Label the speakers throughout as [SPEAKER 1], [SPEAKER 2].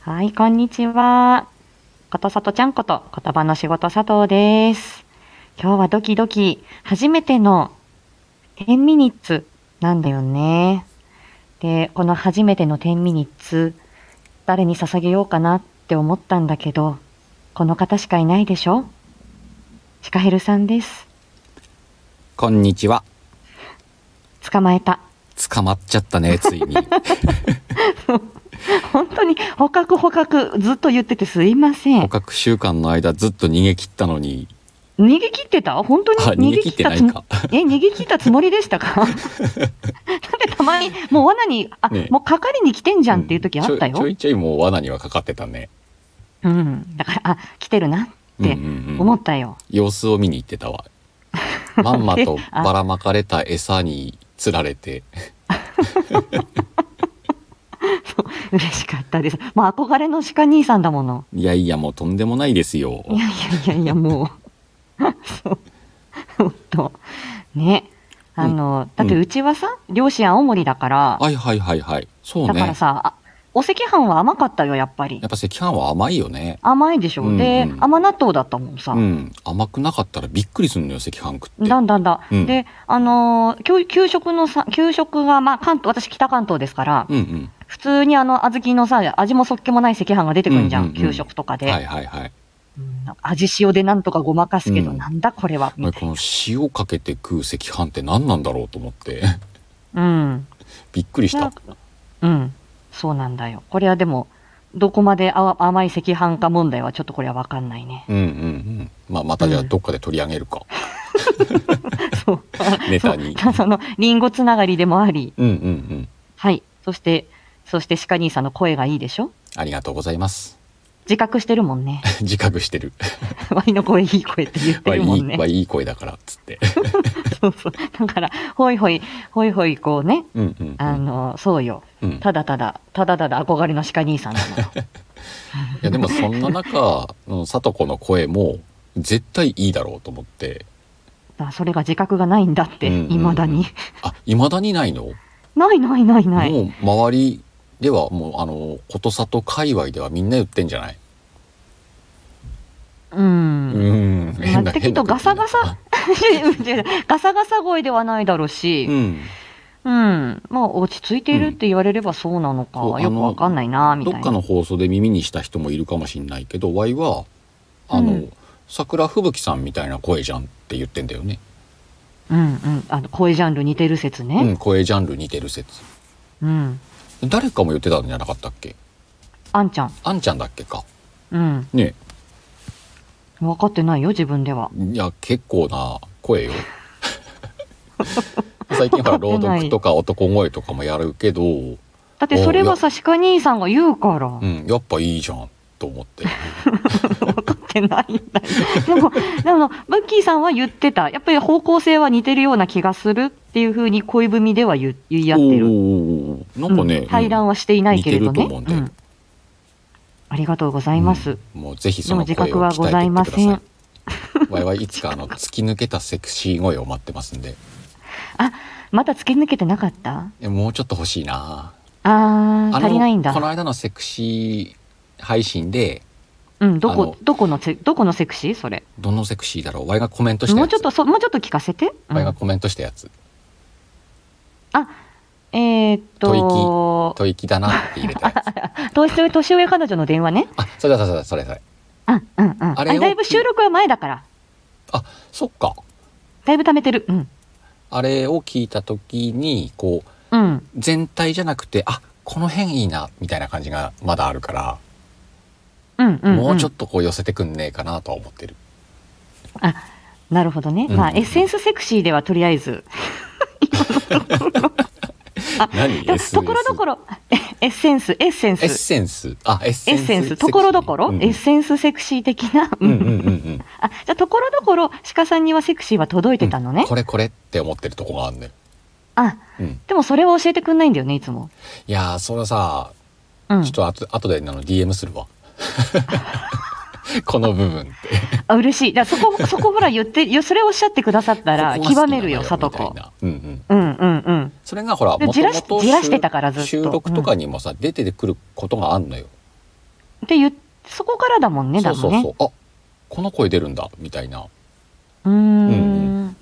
[SPEAKER 1] はい、こんにちは。ことさとちゃんこと言葉の仕事佐藤です。今日はドキドキ、初めての10ミニッツなんだよね。で、この初めての10ミニッツ、誰に捧げようかなって思ったんだけど、この方しかいないでしょシカヘルさんです。
[SPEAKER 2] こんにちは。
[SPEAKER 1] 捕まえた。
[SPEAKER 2] 捕まっちゃったね、つい に。
[SPEAKER 1] 本当に捕獲捕獲ずっと言っててすいません。
[SPEAKER 2] 捕獲週間の間ずっと逃げ切ったのに。
[SPEAKER 1] 逃げ切ってた本当に
[SPEAKER 2] 逃げ切ってないか。
[SPEAKER 1] え、逃げ切ったつもりでした かだってたまに、もう罠に、あ、ね、もうかかりに来てんじゃんっていう時あったよ、うん
[SPEAKER 2] ち、ちょいちょいもう罠にはかかってたね。
[SPEAKER 1] うん。だから、あ、来てるなって思ったよ。うんうん
[SPEAKER 2] うん、様子を見に行って たわ。まんまとばらまかれた餌に釣られて。
[SPEAKER 1] そう嬉しかったです。もう憧れの鹿兄さんだもの。
[SPEAKER 2] いやいや、もうとんでもないですよ。
[SPEAKER 1] いやいやいやいや、もう。そう。本当。ね。あの、うん、だってうちはさ、うん、漁師青森だから。
[SPEAKER 2] はいはいはいはい。そう
[SPEAKER 1] だ
[SPEAKER 2] ね。
[SPEAKER 1] からさ、お赤飯は甘かったよ、やっぱり。
[SPEAKER 2] やっぱ赤飯は甘いよね。
[SPEAKER 1] 甘いでしょ。うんうん、で、甘納豆だったもんさ、
[SPEAKER 2] うん。甘くなかったらびっくりすんのよ、赤飯食って。
[SPEAKER 1] だんだんだ。うん、で、あのー、給食のさ、給食が、まあ、関東、私北関東ですから、
[SPEAKER 2] うんうん、
[SPEAKER 1] 普通にあの、小豆のさ、味もそっけもない赤飯が出てくるんじゃん、うんうんうん、給食とかで。
[SPEAKER 2] はいはいはい。
[SPEAKER 1] うん、味塩でなんとかごまかすけど、なんだこれは、
[SPEAKER 2] この塩かけて食う赤飯って何なんだろうと思って。
[SPEAKER 1] うん。
[SPEAKER 2] びっくりした。
[SPEAKER 1] うん。そうなんだよ。これはでも、どこまで甘い赤飯か問題はちょっとこれは分かんないね。
[SPEAKER 2] うんうんうん。まあ、またじゃあどっかで取り上げるか。
[SPEAKER 1] うん、 そう。
[SPEAKER 2] ネタに。
[SPEAKER 1] その、りんごつながりでもあり。
[SPEAKER 2] うんうんうん。
[SPEAKER 1] はい。そして、そして鹿兄さんの声がいいでしょ
[SPEAKER 2] ありがとうございます。
[SPEAKER 1] 自覚してるもん ね。
[SPEAKER 2] 自覚してる。
[SPEAKER 1] ワイの声いい声って言ってるもんね。
[SPEAKER 2] ワイいい声だからっつって。
[SPEAKER 1] そうそう。だから、ほいほい、ほいほいこうね。
[SPEAKER 2] うんうんうん、
[SPEAKER 1] あの、そうよ、うん、ただただ、ただただ憧れの鹿兄さんな の。い
[SPEAKER 2] や、でもそんな中、さとこの声も絶対いいだろうと思って。
[SPEAKER 1] だそれが自覚がないんだって、い、う、ま、んうん、だに。
[SPEAKER 2] あ、いまだにないの
[SPEAKER 1] ないないないない。
[SPEAKER 2] もう周りではもうあのことさと界隈ではみんな言ってんじゃない
[SPEAKER 1] うん。
[SPEAKER 2] うん。
[SPEAKER 1] 変な変なガサガサ ガサガサ声ではないだろうし、
[SPEAKER 2] うん、
[SPEAKER 1] うん。まあ、落ち着いているって言われればそうなのか、うん、よくわかんないな、みたいな。
[SPEAKER 2] どっかの放送で耳にした人もいるかもしれないけど、ワイは、あの、うん、桜吹雪さんみたいな声じゃんって言ってんだよね。
[SPEAKER 1] うんうん。あの、声ジャンル似てる説ね。
[SPEAKER 2] うん、声ジャンル似てる説。
[SPEAKER 1] うん。
[SPEAKER 2] 誰かも言ってたんじゃなかったっけ
[SPEAKER 1] あんちゃん
[SPEAKER 2] あんちゃんだっけか
[SPEAKER 1] うん
[SPEAKER 2] ね
[SPEAKER 1] 分かってないよ自分ではい
[SPEAKER 2] や結構な声 よ最近ほら朗読とか男声とかもやるけど
[SPEAKER 1] だってそれはさ鹿兄さんが言うから
[SPEAKER 2] うんやっぱいいじゃんと思って
[SPEAKER 1] 分かってないんだでもでもブッキーさんは言ってたやっぱり方向性は似てるような気がするっていうふうに恋文では言言い合ってる。
[SPEAKER 2] なんかね、
[SPEAKER 1] 対、う、談、ん、はしていないけれどね、
[SPEAKER 2] うん。
[SPEAKER 1] ありがとうございます。
[SPEAKER 2] うん、もうぜひその声を鍛えてください。でも自覚はございません。わいわいいつかあの突き抜けたセクシー声を待ってますんで。
[SPEAKER 1] あ、まだ突き抜けてなかった？
[SPEAKER 2] えもうちょっと欲しいな。
[SPEAKER 1] ああ足りないんだ。
[SPEAKER 2] この間のセクシー配信で。
[SPEAKER 1] うん、どこ、どこのセ、どこのセクシーそれ。
[SPEAKER 2] どのセクシーだろう。わいがコメントした
[SPEAKER 1] もうちょっと、そ、もうちょっと聞かせて。
[SPEAKER 2] わいがコメントしたやつ。
[SPEAKER 1] あ、えー、っ
[SPEAKER 2] と。吐息、吐息だなって入れた や
[SPEAKER 1] つ。年年上彼女の電話ね。
[SPEAKER 2] あ、それだ、それだ、それそれ。
[SPEAKER 1] うんうんうん。あれだいぶ収録は前だから。
[SPEAKER 2] あ、そっか。
[SPEAKER 1] だいぶ貯めてる。うん。
[SPEAKER 2] あれを聞いたときに、こ
[SPEAKER 1] う、うん、
[SPEAKER 2] 全体じゃなくて、あ、この辺いいな、みたいな感じがまだあるから、
[SPEAKER 1] うんうんうん、
[SPEAKER 2] もうちょっとこう寄せてくんねえかなとは思ってる。
[SPEAKER 1] あ、なるほどね。うんうん、まあ、エッセンスセクシーではとりあえず。
[SPEAKER 2] 何
[SPEAKER 1] ところどころエッセンスエッセンス
[SPEAKER 2] エッセンスあエッセンス
[SPEAKER 1] センスところどころ、うん、エッセンスセクシー的な
[SPEAKER 2] うんうんうん、うん、
[SPEAKER 1] あじゃあところどころ鹿さんにはセクシーは届いてたのね、うん、
[SPEAKER 2] これこれって思ってるとこがあんね
[SPEAKER 1] あ、
[SPEAKER 2] うん、
[SPEAKER 1] でもそれは教えてくんないんだよねいつも
[SPEAKER 2] いやそれはさ、
[SPEAKER 1] うん、
[SPEAKER 2] ちょっとあと後であの DM するわ この部分って
[SPEAKER 1] あ嬉しいだそこ そこほら言ってよそれおっしゃってくださったら極めるよさとこ
[SPEAKER 2] うん
[SPEAKER 1] うんうんうんうん
[SPEAKER 2] それがほら
[SPEAKER 1] じらしじらしてたからずっと
[SPEAKER 2] 収録とかにもさ、うん、出てくることがあんのよ
[SPEAKER 1] で言っそこからだもんね、
[SPEAKER 2] そ
[SPEAKER 1] 多
[SPEAKER 2] うそ
[SPEAKER 1] 分
[SPEAKER 2] う
[SPEAKER 1] ね。
[SPEAKER 2] そう。あこの声出るんだみたいな
[SPEAKER 1] うー。
[SPEAKER 2] うん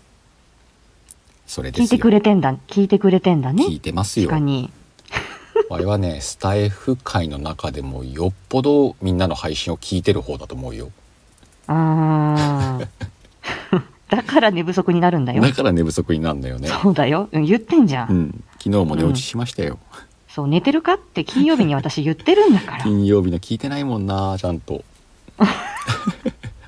[SPEAKER 2] それです
[SPEAKER 1] 聞
[SPEAKER 2] よ。
[SPEAKER 1] いてくれてんだ、聞いてくれてんだ
[SPEAKER 2] 聞
[SPEAKER 1] ね。
[SPEAKER 2] いてます
[SPEAKER 1] 確
[SPEAKER 2] よ
[SPEAKER 1] か。に。
[SPEAKER 2] 我々はねスタイフ界の中でもよっぽどみんなの配信を聞いてる方だと思うよ。
[SPEAKER 1] あー だから寝不足になるんだよ。
[SPEAKER 2] だから寝不足になるんだよね。
[SPEAKER 1] そうだよ。うん言ってんじゃん。
[SPEAKER 2] うん。昨日も寝落ちしましたよ。
[SPEAKER 1] そう、寝てるかって金曜日に私言ってるんだから。
[SPEAKER 2] 金曜日の聞いてないもんなちゃんと。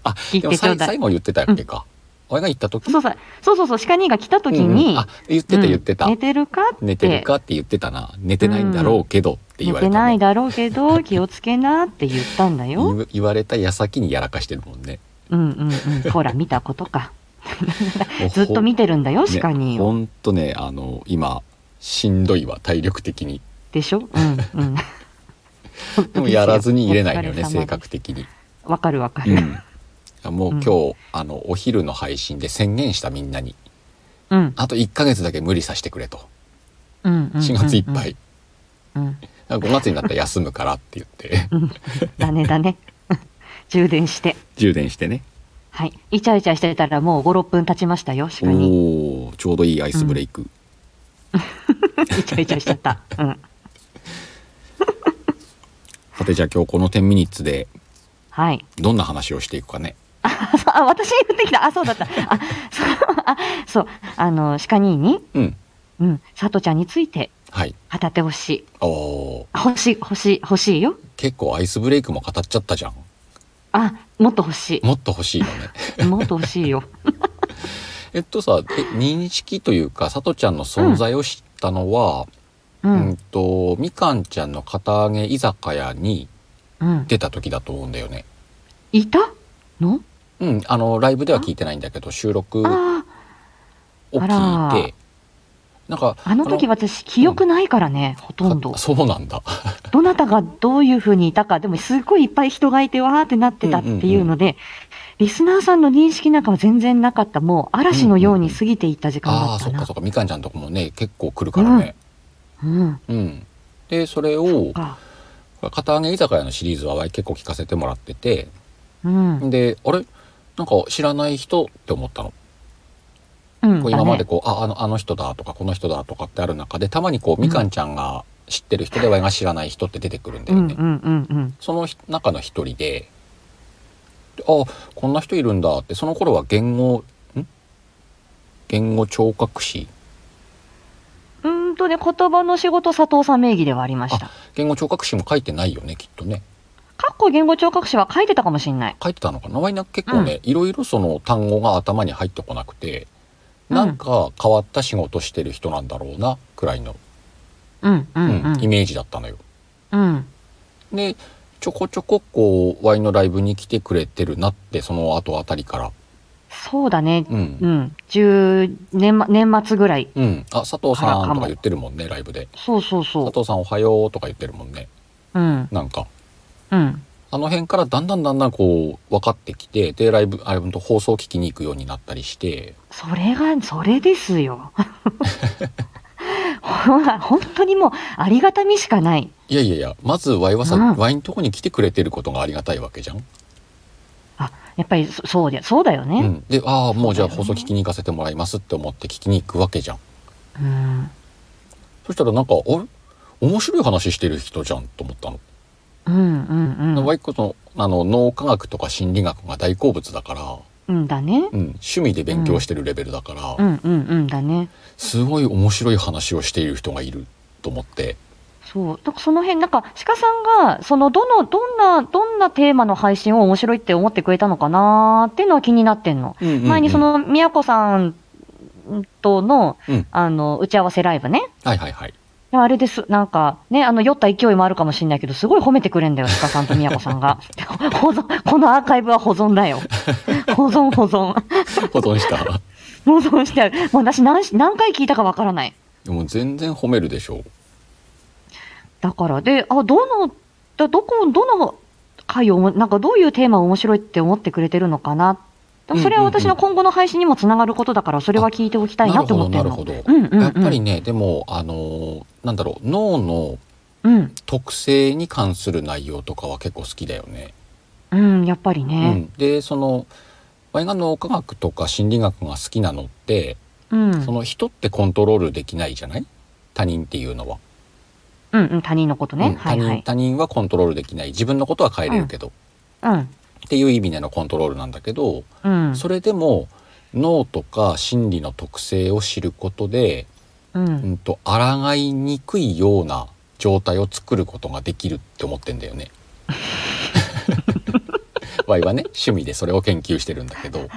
[SPEAKER 2] あ
[SPEAKER 1] 聞い
[SPEAKER 2] でも
[SPEAKER 1] てちょ
[SPEAKER 2] さ
[SPEAKER 1] う
[SPEAKER 2] い
[SPEAKER 1] だ
[SPEAKER 2] 最
[SPEAKER 1] い。
[SPEAKER 2] 後言ってたっけか。俺が言った時。
[SPEAKER 1] そうそう、そうそうそう、鹿兄が来た時
[SPEAKER 2] うん
[SPEAKER 1] に、
[SPEAKER 2] うんあ言ってた言ってた。
[SPEAKER 1] うん寝てるかって。
[SPEAKER 2] 寝てるかって言ってたな寝てないんだろうけどって言
[SPEAKER 1] 寝
[SPEAKER 2] われ
[SPEAKER 1] て
[SPEAKER 2] た
[SPEAKER 1] ない
[SPEAKER 2] ね、
[SPEAKER 1] だろうけど、気をつけなって言ったんだよ。
[SPEAKER 2] 言言われた矢先にやらかしてるもんね
[SPEAKER 1] うんうんうん。ほら、見たこと か。
[SPEAKER 2] もう
[SPEAKER 1] ずっと見てるんだよ、
[SPEAKER 2] ね
[SPEAKER 1] 鹿兄を。
[SPEAKER 2] ほんとねあの今しんどいわ体力的に
[SPEAKER 1] でしょうんうん。本
[SPEAKER 2] で
[SPEAKER 1] 当
[SPEAKER 2] も
[SPEAKER 1] すよ
[SPEAKER 2] やらずに入れないのよ
[SPEAKER 1] お疲
[SPEAKER 2] ね
[SPEAKER 1] れ様
[SPEAKER 2] 性
[SPEAKER 1] です
[SPEAKER 2] 格的に、
[SPEAKER 1] わかるわか
[SPEAKER 2] うん、
[SPEAKER 1] る。
[SPEAKER 2] あもう
[SPEAKER 1] うん
[SPEAKER 2] 今日、あのお昼の配信で宣言したみんなに
[SPEAKER 1] うん。
[SPEAKER 2] あと1ヶ月だけ無理させてくれと
[SPEAKER 1] うんうんうんうん
[SPEAKER 2] 4月いっぱい、
[SPEAKER 1] うん。
[SPEAKER 2] 5月になったら休むからって言って
[SPEAKER 1] だねだね。 充電して。
[SPEAKER 2] 充電してね
[SPEAKER 1] はい。イチャイチャしてたらもう5、6分経ちましたよ、
[SPEAKER 2] お
[SPEAKER 1] 鹿に。
[SPEAKER 2] おーちょうどいいアイスブレイク、
[SPEAKER 1] イチャイチャしちゃった。うん。
[SPEAKER 2] さてじゃあ今日この10ミニッツで
[SPEAKER 1] はい。
[SPEAKER 2] どんな話をしていくかね
[SPEAKER 1] あ、そうあ私言ってきた。あ、そうだった。あ、そう、あ、そう。あの、鹿兄に、
[SPEAKER 2] うん
[SPEAKER 1] うん、佐藤ちゃんについて
[SPEAKER 2] はい
[SPEAKER 1] 語ってほしい。
[SPEAKER 2] おお
[SPEAKER 1] あ欲しい、欲しい、欲しいよ。
[SPEAKER 2] 結構アイスブレイクも語っちゃったじゃん
[SPEAKER 1] あ、もっと欲し
[SPEAKER 2] もっと欲しいの ね
[SPEAKER 1] い。もっと欲しいよ。
[SPEAKER 2] えっとさえ認識というかさとちゃんの存在を知ったのは、
[SPEAKER 1] う
[SPEAKER 2] うん
[SPEAKER 1] ん、
[SPEAKER 2] とみかんちゃんの片揚げ居酒屋に
[SPEAKER 1] うん。
[SPEAKER 2] 出た時だと思うんだよね
[SPEAKER 1] いたの
[SPEAKER 2] うんあのライブでは聞いてないんだけど収録を
[SPEAKER 1] ああら
[SPEAKER 2] 聞いてなんか
[SPEAKER 1] あ、あの時
[SPEAKER 2] は
[SPEAKER 1] 私、記憶ないからね、ほとんど。
[SPEAKER 2] そうなんだ
[SPEAKER 1] どなたがどういうふうにいたか、でもすごいいっぱい人がいてわーってなってたっていうので、リスナーさんの認識なんかは全然なかった、もう嵐のように過ぎていった時間だ
[SPEAKER 2] あ
[SPEAKER 1] っ
[SPEAKER 2] あー
[SPEAKER 1] た
[SPEAKER 2] そっ
[SPEAKER 1] な
[SPEAKER 2] か。そっかみかんちゃんとこもね結構来るからね
[SPEAKER 1] うん。
[SPEAKER 2] うん、でそれを
[SPEAKER 1] か。
[SPEAKER 2] 片揚げ居酒屋のシリーズは結構聞かせてもらってて
[SPEAKER 1] うん。
[SPEAKER 2] であれなんか知らない人って思ったの
[SPEAKER 1] うん
[SPEAKER 2] こう今ま
[SPEAKER 1] だね
[SPEAKER 2] でこう、ああのあの人だとかこの人だとかってある中でたまにこうみかんちゃんが知ってる人で我が知らない人って出てくるんだ
[SPEAKER 1] う
[SPEAKER 2] よ
[SPEAKER 1] ん
[SPEAKER 2] ね、
[SPEAKER 1] うんうんうん。
[SPEAKER 2] その人中の一人でであこんな人いるんだってその頃は言語ん言語聴覚士
[SPEAKER 1] うーんとね、言葉の仕事佐藤さん名義ではありました。
[SPEAKER 2] 言語聴覚士も書いてないよねきっとね
[SPEAKER 1] かっこ言語聴覚士は書いてたかもしれない。
[SPEAKER 2] 書いてたのかな割に結構ね、いろいろその単語が頭に入ってこなくてなんか変わった仕事してる人なんだろうなくらいの、
[SPEAKER 1] うんうんう
[SPEAKER 2] うんイ
[SPEAKER 1] ん。
[SPEAKER 2] メージだったのよ
[SPEAKER 1] うん。
[SPEAKER 2] でちょこちょここうワイのライブに来てくれてるなってその後あたりから
[SPEAKER 1] そうだね。
[SPEAKER 2] う、
[SPEAKER 1] うんん。10年、年末ぐらい。
[SPEAKER 2] うん、あ佐藤
[SPEAKER 1] あら
[SPEAKER 2] さ
[SPEAKER 1] か
[SPEAKER 2] んと
[SPEAKER 1] も
[SPEAKER 2] か言ってるもんねライブで
[SPEAKER 1] そうそうそ
[SPEAKER 2] 佐藤さんおはようとか言ってるもんね
[SPEAKER 1] う。うん。
[SPEAKER 2] なんか
[SPEAKER 1] うん。
[SPEAKER 2] あの辺からだんだんだんだんこう分かってきてでライブあれほんと放送聞きに行くようになったりして
[SPEAKER 1] それが、それです よ。ほら、本当にもう、ありがたみしかない。
[SPEAKER 2] いやいやいやまずワイはさ、
[SPEAKER 1] うん
[SPEAKER 2] ワイのとこに来てくれてることがありがたいわけじゃん、
[SPEAKER 1] あ、やっぱりそ、そうで、そうだよ
[SPEAKER 2] う
[SPEAKER 1] ね。
[SPEAKER 2] ん、でああもうじゃあ
[SPEAKER 1] そうだよね
[SPEAKER 2] 放送聞きに行かせてもらいますって思って聞きに行くわけじゃん
[SPEAKER 1] うん。
[SPEAKER 2] そしたらなんかあれ面白い話してる人じゃんと思ったの
[SPEAKER 1] うんうんう
[SPEAKER 2] ワ
[SPEAKER 1] ん。
[SPEAKER 2] イコのあの脳科学とか心理学が大好物だから、
[SPEAKER 1] うんだね。
[SPEAKER 2] うん、趣味で勉強してるレベルだから、
[SPEAKER 1] うんうんうんだね。
[SPEAKER 2] すごい面白い話をしている人がいると思って
[SPEAKER 1] そう、なんかその辺、なんか鹿さんが、そのどの、どんな、どんなテーマの配信を面白いって思ってくれたのかなーっていうのは気になってんの。前にその、みやこさんとの、
[SPEAKER 2] うん
[SPEAKER 1] あの、打ち合わせライブね。
[SPEAKER 2] はいは いはい
[SPEAKER 1] いやあれです、なんか、ね、あの、酔った勢いもあるかもしれないけど、すごい褒めてくれんだよ、鹿さんとみやこさんが。 保存、このアーカイブは保存だよ。 保存、保存。
[SPEAKER 2] 保存した
[SPEAKER 1] 保存してある。もう私何し、何回聞いたかわからない。
[SPEAKER 2] でも全然褒めるでしょ
[SPEAKER 1] だから、で、あ、どの、だどこ、どの回を、なんかどういうテーマを面白いって思ってくれてるのかな。だそれは私の今後の配信にもつながることだから、それは聞いておきたいなって思ってる
[SPEAKER 2] なる
[SPEAKER 1] の。
[SPEAKER 2] ほどなるほ
[SPEAKER 1] うんうん、うん。
[SPEAKER 2] やっぱりねでもあのーなんだろう脳の
[SPEAKER 1] うん。
[SPEAKER 2] 特性に関する内容とかは結構好きだよね。
[SPEAKER 1] うん、やっぱり
[SPEAKER 2] う
[SPEAKER 1] ね。
[SPEAKER 2] ん、でそのワイガンの科学とか心理学が好きなのって、
[SPEAKER 1] うん。
[SPEAKER 2] その人ってコントロールできないじゃない他人っていうのは、
[SPEAKER 1] うんうん、他人のことね。
[SPEAKER 2] うん
[SPEAKER 1] は
[SPEAKER 2] 他
[SPEAKER 1] い
[SPEAKER 2] 人
[SPEAKER 1] はい。
[SPEAKER 2] 他人はコントロールできない自分のことは変えれるけど、
[SPEAKER 1] うん。
[SPEAKER 2] っていう意味でのコントロールなんだけど、
[SPEAKER 1] うん。
[SPEAKER 2] それでも脳とか心理の特性を知ることで、
[SPEAKER 1] う。
[SPEAKER 2] うんん、と抗いにくいような状態を作ることができるって思ってんだ よね。ワイはね趣味でそれを研究してるんだけど、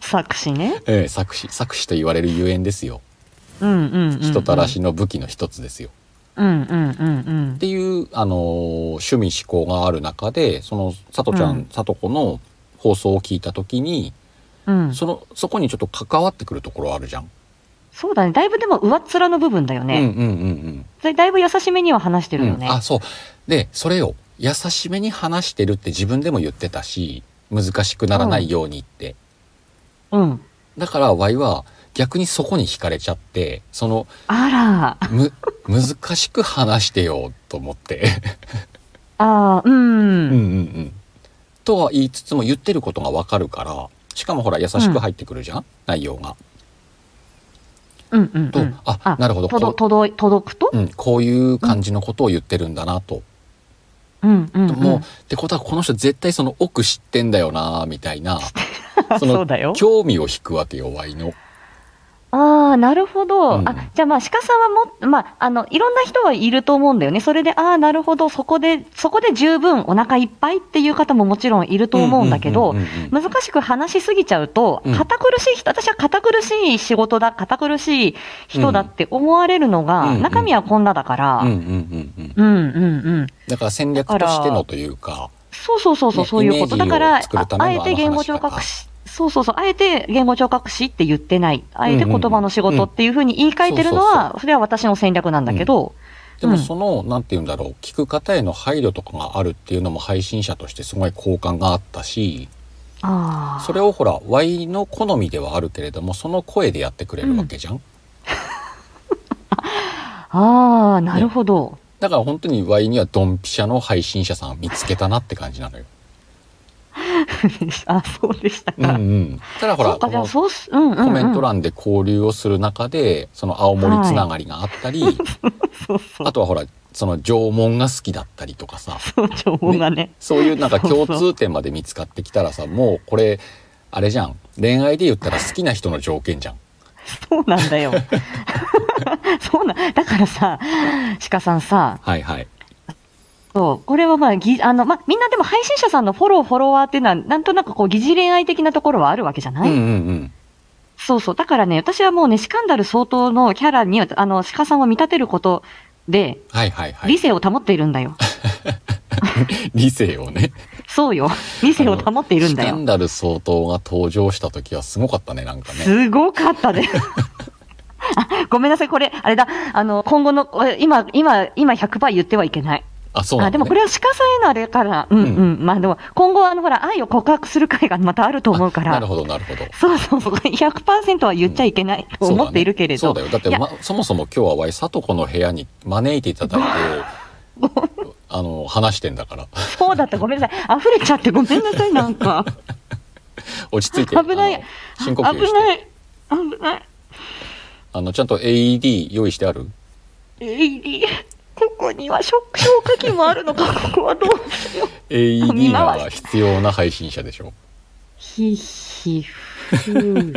[SPEAKER 1] 作詞ね。
[SPEAKER 2] ええ作詞作詞と言われるゆえんですよ
[SPEAKER 1] うんうんうん。
[SPEAKER 2] 人たらし。の武器の一つですよ。
[SPEAKER 1] うんうんうんうん
[SPEAKER 2] って。いう、あのー趣味思考がある中でそのさとちゃ
[SPEAKER 1] うん
[SPEAKER 2] んさと子の放送を聞いた時に、
[SPEAKER 1] うん。
[SPEAKER 2] そのそこにちょっと関わってくるところあるじゃん。
[SPEAKER 1] そうだね。だいぶでも上っ面の部分だよ
[SPEAKER 2] うん
[SPEAKER 1] ね。
[SPEAKER 2] うんうん
[SPEAKER 1] だだいぶ優しめには話して
[SPEAKER 2] うん
[SPEAKER 1] るよ
[SPEAKER 2] うん
[SPEAKER 1] ね。
[SPEAKER 2] あそうでそれを優しめに話してるって自分でも言ってたし難しくならないようにって、
[SPEAKER 1] うん。
[SPEAKER 2] だからワイは逆にそこに惹かれちゃってその
[SPEAKER 1] あら。
[SPEAKER 2] む難しく話してよと思って。
[SPEAKER 1] ああ、う
[SPEAKER 2] うんうん
[SPEAKER 1] ん。
[SPEAKER 2] うん、とは言いつつも言ってることがわかるからしかもほら優しく入ってくるじゃん、内容が。
[SPEAKER 1] うんうん
[SPEAKER 2] と、
[SPEAKER 1] うん。
[SPEAKER 2] あなるほど
[SPEAKER 1] とど
[SPEAKER 2] こ
[SPEAKER 1] 届い届くと
[SPEAKER 2] う,、うん、こういう感じのことを言ってるんだなと。
[SPEAKER 1] うんうんうん。
[SPEAKER 2] もうってことはこの人絶対その奥知ってんだよなみたいなそ
[SPEAKER 1] そう
[SPEAKER 2] の
[SPEAKER 1] だよ。
[SPEAKER 2] 興味を引くわけよワイの。
[SPEAKER 1] ああ、なるほど。
[SPEAKER 2] うん
[SPEAKER 1] あ、じゃあまあ、鹿さんはもっ、まあ、あの、いろんな人はいると思うんだよね。それで、ああ、なるほど。そこで、そこで十分お腹いっぱいっていう方ももちろんいると思うんだけど
[SPEAKER 2] うん、うんうんうん
[SPEAKER 1] 難しく話しすぎちゃうと
[SPEAKER 2] うん、
[SPEAKER 1] 堅苦しい人、私は堅苦しい仕事だ、堅苦しい人だって思われるの
[SPEAKER 2] うん
[SPEAKER 1] が、
[SPEAKER 2] うん
[SPEAKER 1] 中身はこんなだか
[SPEAKER 2] うん
[SPEAKER 1] ら、
[SPEAKER 2] うんうんうん
[SPEAKER 1] うんうんうん。
[SPEAKER 2] だから戦略としてのというか
[SPEAKER 1] そうそうそうそう、
[SPEAKER 2] ね
[SPEAKER 1] そういうこと。
[SPEAKER 2] イメー
[SPEAKER 1] だ
[SPEAKER 2] ジを
[SPEAKER 1] から、あ
[SPEAKER 2] 作るた
[SPEAKER 1] あ
[SPEAKER 2] め
[SPEAKER 1] え
[SPEAKER 2] の
[SPEAKER 1] て言語聴覚士、そうそうそう、あえて言語聴覚士って言ってない。あえて言葉の仕事っていうふうに言い換えてるの
[SPEAKER 2] うんうんうんそう
[SPEAKER 1] は、それは私の戦略なんだけど、
[SPEAKER 2] でもその、なんて言うんだろう聞く方への配慮とかがあるっていうのも配信者としてすごい好感があったし。
[SPEAKER 1] あ
[SPEAKER 2] そ
[SPEAKER 1] あ、
[SPEAKER 2] れをほら Y の好みではあるけれどもその声でやってくれるわけじゃん、
[SPEAKER 1] ああ、なるほど。
[SPEAKER 2] だから本当に Y にはドンピシャの配信者さん見つけたなって感じなのよ。
[SPEAKER 1] あそうでした
[SPEAKER 2] うんう
[SPEAKER 1] か。
[SPEAKER 2] ん、ただほ
[SPEAKER 1] そ
[SPEAKER 2] ら
[SPEAKER 1] うか、
[SPEAKER 2] こ
[SPEAKER 1] じゃあ、
[SPEAKER 2] の
[SPEAKER 1] そうす、うんうん、うん。
[SPEAKER 2] コメント欄で交流をする中でその青森つながりがあったり、
[SPEAKER 1] そうそう。
[SPEAKER 2] あとはほらその縄文が好きだったりとかさ
[SPEAKER 1] そう、情報がね。
[SPEAKER 2] そういうなんか共通点まで見つかってきたらさもうこれあれじゃん恋愛で言ったら好きな人の条件じゃん。
[SPEAKER 1] そうなんだよ。 そうなん、だからさ、鹿さんさ、
[SPEAKER 2] はいはい。
[SPEAKER 1] そう、これはまあ、ぎあの、まあ、みんなでも配信者さんのフォロー、フォロワーっていうのは、なんとなくこう、疑似恋愛的なところはあるわけじゃない、
[SPEAKER 2] うんうんうん。
[SPEAKER 1] そうそう。だからね、私はもうね、シカンダル相当のキャラに、あの、鹿さんを見立てることで、
[SPEAKER 2] はいはいは
[SPEAKER 1] 理
[SPEAKER 2] い。
[SPEAKER 1] 性を保っているんだよ。
[SPEAKER 2] 理性をね。
[SPEAKER 1] そう よ。理性を保っているんだ
[SPEAKER 2] スキャ
[SPEAKER 1] よ
[SPEAKER 2] ン。ダル総統が登場した時はすごかったね、なんかね。
[SPEAKER 1] すごかったね。 あ、ごめんなさい。これ、あれだ。あの、今後の、え今、今、今100%言ってはいけない。
[SPEAKER 2] あ、そうな
[SPEAKER 1] あ、
[SPEAKER 2] ん
[SPEAKER 1] で
[SPEAKER 2] だ、
[SPEAKER 1] も
[SPEAKER 2] ね。
[SPEAKER 1] これは鹿さんへのあれから、うんうん。まあでも、今後、あの、ほら、愛を告白する会がまたあると思うから。
[SPEAKER 2] なるほど、なるほど。
[SPEAKER 1] そうそうそう、100%は言っちゃいけないと
[SPEAKER 2] そうだね
[SPEAKER 1] 思っているけれ
[SPEAKER 2] そう
[SPEAKER 1] ど、
[SPEAKER 2] だよ。だって、ま、そもそも今日はワイサトコの部屋に招いていただ いて、あの、話してんだから。
[SPEAKER 1] そうだった、ごめんなさい、溢れちゃってごめんなさい、なん か、
[SPEAKER 2] 落ち着いて。
[SPEAKER 1] 危ない
[SPEAKER 2] あの
[SPEAKER 1] 危
[SPEAKER 2] 深呼吸して。
[SPEAKER 1] ない、危ない、
[SPEAKER 2] あの、ちゃんと AED 用意してある
[SPEAKER 1] えいり、ここには消消火器もあるのか、ここはどうしよう。
[SPEAKER 2] ?AED
[SPEAKER 1] 見
[SPEAKER 2] が
[SPEAKER 1] 回
[SPEAKER 2] 必要な配信者でしょ。
[SPEAKER 1] ひひ ふ。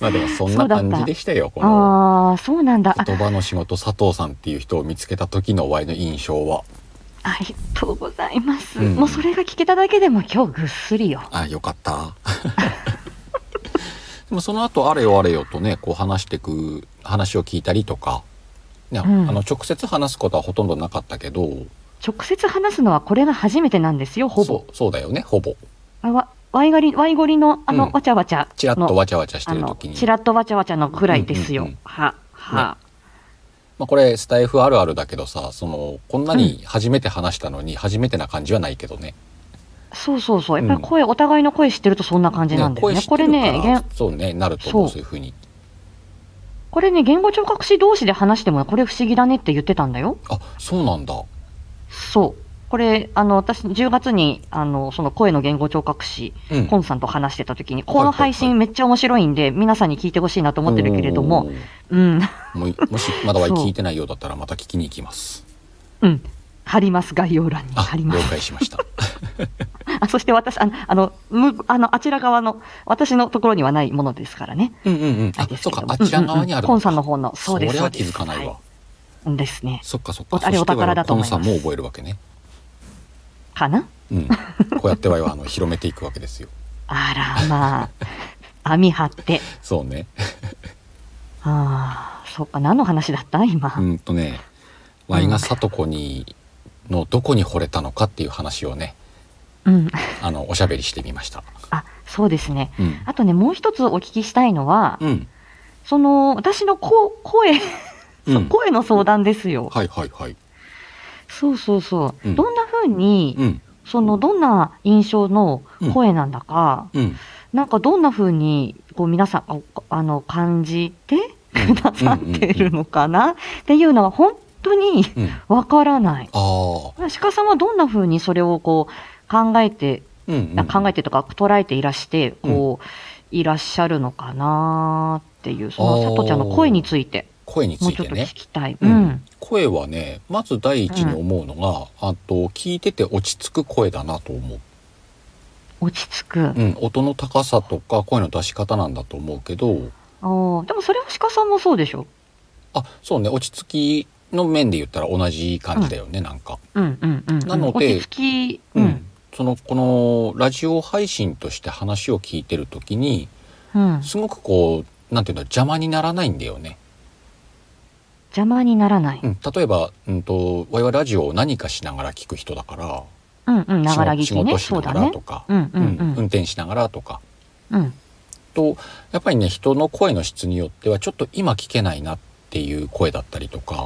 [SPEAKER 2] まあでもそんな感じでしたよ、この。
[SPEAKER 1] ああ、そうなんだ。あ
[SPEAKER 2] 言葉の仕事佐藤さんっていう人を見つけた時のワイの印象は
[SPEAKER 1] ありがとうございます。
[SPEAKER 2] うん
[SPEAKER 1] もうそれが聞けただけでも今日ぐっすりよ。
[SPEAKER 2] あ、よかった。 でもその後あれよあれよとね、こう話してく、話を聞いたりとか、ね、
[SPEAKER 1] うん
[SPEAKER 2] あの、直接話すことはほとんどなかったけど、
[SPEAKER 1] 直接話すのはこれが初めてなんですよ、ほぼ
[SPEAKER 2] そ。うそうだよね、ほぼ。
[SPEAKER 1] あわワイガリ、ワイゴリの、あの、
[SPEAKER 2] うん
[SPEAKER 1] わちゃわちゃ。
[SPEAKER 2] ちらっとわちゃわちゃして
[SPEAKER 1] あ
[SPEAKER 2] る
[SPEAKER 1] の
[SPEAKER 2] 時に。
[SPEAKER 1] ちらっとわちゃわちゃのくらいですよ。
[SPEAKER 2] うんうんうん
[SPEAKER 1] は、は、
[SPEAKER 2] まあこれ、スタイフあるあるだけどさ、その、こんなに初めて話したのに、初めてな感じはないけどね。
[SPEAKER 1] そうそうそう。やっぱり声、お互いの声知ってるとそんな感じなんだよね。
[SPEAKER 2] ね
[SPEAKER 1] これね、げん
[SPEAKER 2] そうね、なると思
[SPEAKER 1] そう
[SPEAKER 2] う、そういうふうに。
[SPEAKER 1] これね、言語聴覚士同士で話しても、これ不思議だねって言ってたんだよ。
[SPEAKER 2] あそうなんだ
[SPEAKER 1] そう。これ、あの、私、10月に、あの、その声の言語聴覚士、
[SPEAKER 2] うん
[SPEAKER 1] コンさんと話してた時に、
[SPEAKER 2] い
[SPEAKER 1] この配
[SPEAKER 2] は
[SPEAKER 1] 信めっちゃ面白いんで、皆さんに聞いてほしいなと思ってるけれども、うん、
[SPEAKER 2] おーもう もしまだは
[SPEAKER 1] そう
[SPEAKER 2] 聞いてないようだったらまた聞きに行きます
[SPEAKER 1] うん、 貼ります、概要欄に
[SPEAKER 2] あ
[SPEAKER 1] 貼り
[SPEAKER 2] 了
[SPEAKER 1] ます。
[SPEAKER 2] 解し ました
[SPEAKER 1] あ そして私、あの、あの、むあのあちら側の、私のところにはないものですからね。
[SPEAKER 2] うんうんうん
[SPEAKER 1] な
[SPEAKER 2] あ
[SPEAKER 1] いです
[SPEAKER 2] そ
[SPEAKER 1] け
[SPEAKER 2] う
[SPEAKER 1] ど
[SPEAKER 2] か
[SPEAKER 1] も
[SPEAKER 2] あちら側にあ
[SPEAKER 1] うんうん
[SPEAKER 2] る
[SPEAKER 1] コン
[SPEAKER 2] の
[SPEAKER 1] さんの
[SPEAKER 2] か
[SPEAKER 1] 方の、そうです。
[SPEAKER 2] それは
[SPEAKER 1] そう
[SPEAKER 2] 気
[SPEAKER 1] です
[SPEAKER 2] づかないわ、
[SPEAKER 1] はいですね。
[SPEAKER 2] そっかそっ
[SPEAKER 1] お
[SPEAKER 2] か
[SPEAKER 1] あれ
[SPEAKER 2] そして
[SPEAKER 1] お宝だと思います
[SPEAKER 2] コンさんも覚えるわけね
[SPEAKER 1] かな
[SPEAKER 2] うん、こうやってはあの広めていくわけですよ。
[SPEAKER 1] あら、まあ、 網張って。
[SPEAKER 2] そうね。
[SPEAKER 1] ああ、そうか、何の話だった今。
[SPEAKER 2] うんとね、ワイが聡子にのどこに惚れたのかっていう話をね、
[SPEAKER 1] うん。
[SPEAKER 2] あのおしゃべりしてみました。
[SPEAKER 1] あ、そうですね。
[SPEAKER 2] うん。
[SPEAKER 1] あとね、もう一つお聞きしたいのは、
[SPEAKER 2] うん。
[SPEAKER 1] その、私のこ声、
[SPEAKER 2] うん。
[SPEAKER 1] 声の相談ですよ。
[SPEAKER 2] はいはいはい。
[SPEAKER 1] そうそうそう。
[SPEAKER 2] うん
[SPEAKER 1] どんな風に、
[SPEAKER 2] うん。
[SPEAKER 1] その、どんな印象の声なんだか、
[SPEAKER 2] うん。
[SPEAKER 1] なんかどんな風に、こう皆さん、こうあの、感じてくださってるのかなっていうのは、本当に
[SPEAKER 2] うん。
[SPEAKER 1] わからない。
[SPEAKER 2] ああ。
[SPEAKER 1] 鹿さんはどんな風にそれをこう、考えて
[SPEAKER 2] うん、うん。
[SPEAKER 1] あ考えてとか捉えていらしてこう、いらっしゃるのかなっていうその
[SPEAKER 2] あー
[SPEAKER 1] さとちゃんの声について
[SPEAKER 2] 声につ
[SPEAKER 1] もう
[SPEAKER 2] い
[SPEAKER 1] ちょってと
[SPEAKER 2] ね
[SPEAKER 1] 聞。きたい。
[SPEAKER 2] う
[SPEAKER 1] うんん、
[SPEAKER 2] 声はね、まず第一に思うのが、あと聞いてて落ち着く声だなと思う。
[SPEAKER 1] 落ち着く
[SPEAKER 2] う。ん。音の高さとか声の出し方なんだと思うけど、
[SPEAKER 1] ああでもそれは鹿さんもそうでしょ。
[SPEAKER 2] あそうね落ち着きの面で言ったら同じ感じだよね、なんか、
[SPEAKER 1] うんうんうんうん。
[SPEAKER 2] なので
[SPEAKER 1] 落ち着き。うん
[SPEAKER 2] そのこのラジオ配信として話を聞いてる時に
[SPEAKER 1] うん
[SPEAKER 2] すごくこうなんていうの邪魔にならないんだよね、
[SPEAKER 1] 邪魔にならない。
[SPEAKER 2] うん、例えば、うん、と我々ラジオを何かしながら聞く人だから
[SPEAKER 1] うんうんながら聞
[SPEAKER 2] 仕
[SPEAKER 1] きね
[SPEAKER 2] 事し
[SPEAKER 1] そ
[SPEAKER 2] な
[SPEAKER 1] うだ
[SPEAKER 2] がら
[SPEAKER 1] ね
[SPEAKER 2] と。か、
[SPEAKER 1] うんうん
[SPEAKER 2] うん
[SPEAKER 1] う
[SPEAKER 2] 運
[SPEAKER 1] ん
[SPEAKER 2] 転しながらとか
[SPEAKER 1] うん
[SPEAKER 2] とやっぱりね人の声の質によってはちょっと今聞けないなっていう声だったりとか、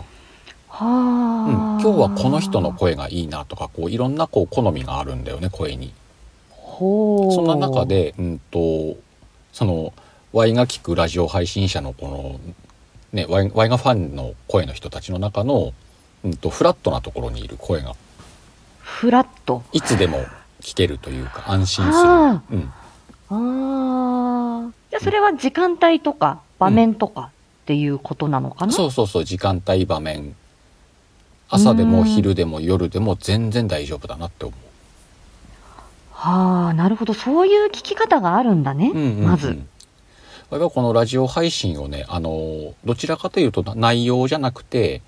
[SPEAKER 1] はあ
[SPEAKER 2] うん、今日はこの人の声がいいなとかこういろんなこう好みがあるんだよね声に。
[SPEAKER 1] ほう
[SPEAKER 2] そんな中で、うんと、その、ワイが聞くラジオ配信者のこの、ね、ワイワイがファンの声の人たちの中の、うんと、フラットなところにいる声が、
[SPEAKER 1] フラット
[SPEAKER 2] いつでも聞けるというか、安心
[SPEAKER 1] あ
[SPEAKER 2] する。うん。
[SPEAKER 1] あああじゃあそれは時間帯とか場面とかっていうことなのかな。
[SPEAKER 2] そうそうそう、時間帯、場面。朝で
[SPEAKER 1] う
[SPEAKER 2] も
[SPEAKER 1] ん
[SPEAKER 2] 昼でも夜でも全然大丈夫だなって思
[SPEAKER 1] はあ、なるほど。そういう聞き方があるんだね。
[SPEAKER 2] う。うんうんうん
[SPEAKER 1] まず。。
[SPEAKER 2] ワイはこのラジオ配信をね、あの、どちらかというと内容じゃなくて、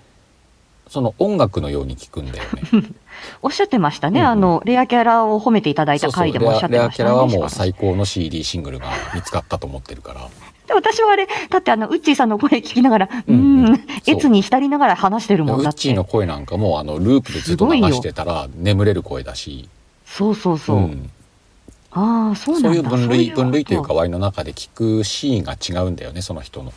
[SPEAKER 2] その音楽のように聞くんだよね。
[SPEAKER 1] おっしゃってましたね。
[SPEAKER 2] うんうん
[SPEAKER 1] あの、レアキャラを褒めていただいた回でもおっしゃって
[SPEAKER 2] レ
[SPEAKER 1] ま
[SPEAKER 2] アレア
[SPEAKER 1] し
[SPEAKER 2] キ
[SPEAKER 1] た
[SPEAKER 2] ャ
[SPEAKER 1] ね。
[SPEAKER 2] ラはもう
[SPEAKER 1] 確かに
[SPEAKER 2] 最高の CD シングルが見つかったと思ってるから。
[SPEAKER 1] で私はあれ、だってあの、ウッチーさんの声聞きながら、う
[SPEAKER 2] うんうん
[SPEAKER 1] ん、
[SPEAKER 2] そう
[SPEAKER 1] エツに浸りながら話してる
[SPEAKER 2] ウ
[SPEAKER 1] もんだ
[SPEAKER 2] ッ
[SPEAKER 1] っ
[SPEAKER 2] チー
[SPEAKER 1] て
[SPEAKER 2] の。声なんかもあのループでずっと流
[SPEAKER 1] すごいよ
[SPEAKER 2] してたら眠れる声だし、
[SPEAKER 1] そうそうそう。
[SPEAKER 2] うん
[SPEAKER 1] ああ、そう
[SPEAKER 2] そ
[SPEAKER 1] な
[SPEAKER 2] うんいう
[SPEAKER 1] だ。
[SPEAKER 2] 分類分類というか
[SPEAKER 1] う
[SPEAKER 2] ワイの中で聞くシーンが違うんだよねその人の。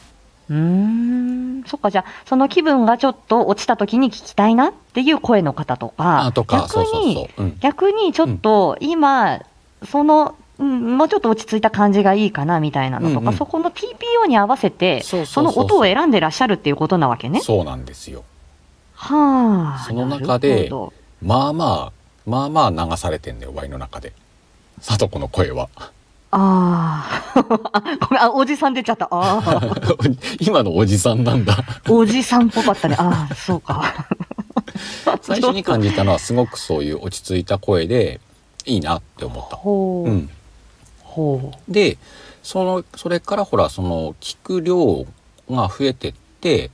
[SPEAKER 1] うーん。そっか、じゃあ、その気分がちょっと落ちた時に聞きたいなっていう声の方とか、
[SPEAKER 2] あとか
[SPEAKER 1] 逆
[SPEAKER 2] そう
[SPEAKER 1] に、
[SPEAKER 2] そうそう。うん
[SPEAKER 1] 逆にちょっと今、その、うんもうちょっと落ち着いた感じがいいかなみたいなのとか、
[SPEAKER 2] うんうん
[SPEAKER 1] そこの TPO に合わせて、
[SPEAKER 2] そう
[SPEAKER 1] そ
[SPEAKER 2] そ
[SPEAKER 1] う
[SPEAKER 2] そう
[SPEAKER 1] の音を選んでらっしゃるっていうことなわけね。
[SPEAKER 2] そうなんですよ。
[SPEAKER 1] はあ。
[SPEAKER 2] その中で
[SPEAKER 1] なるほど
[SPEAKER 2] まあまあまあまあ流されてんだよワイの中で。聡子の声は
[SPEAKER 1] あー あ。ごめん、あ、おじさん出ちゃった。ああ。
[SPEAKER 2] 今のおじさんなんだ
[SPEAKER 1] おじさんっぽかったね。ああ、そうか。
[SPEAKER 2] 最初に感じたのはすごくそういう落ち着いた声でいいなって思った。
[SPEAKER 1] ほう。
[SPEAKER 2] うん、
[SPEAKER 1] ほ
[SPEAKER 2] でそのそれからほらその聞く量が増えてって
[SPEAKER 1] う。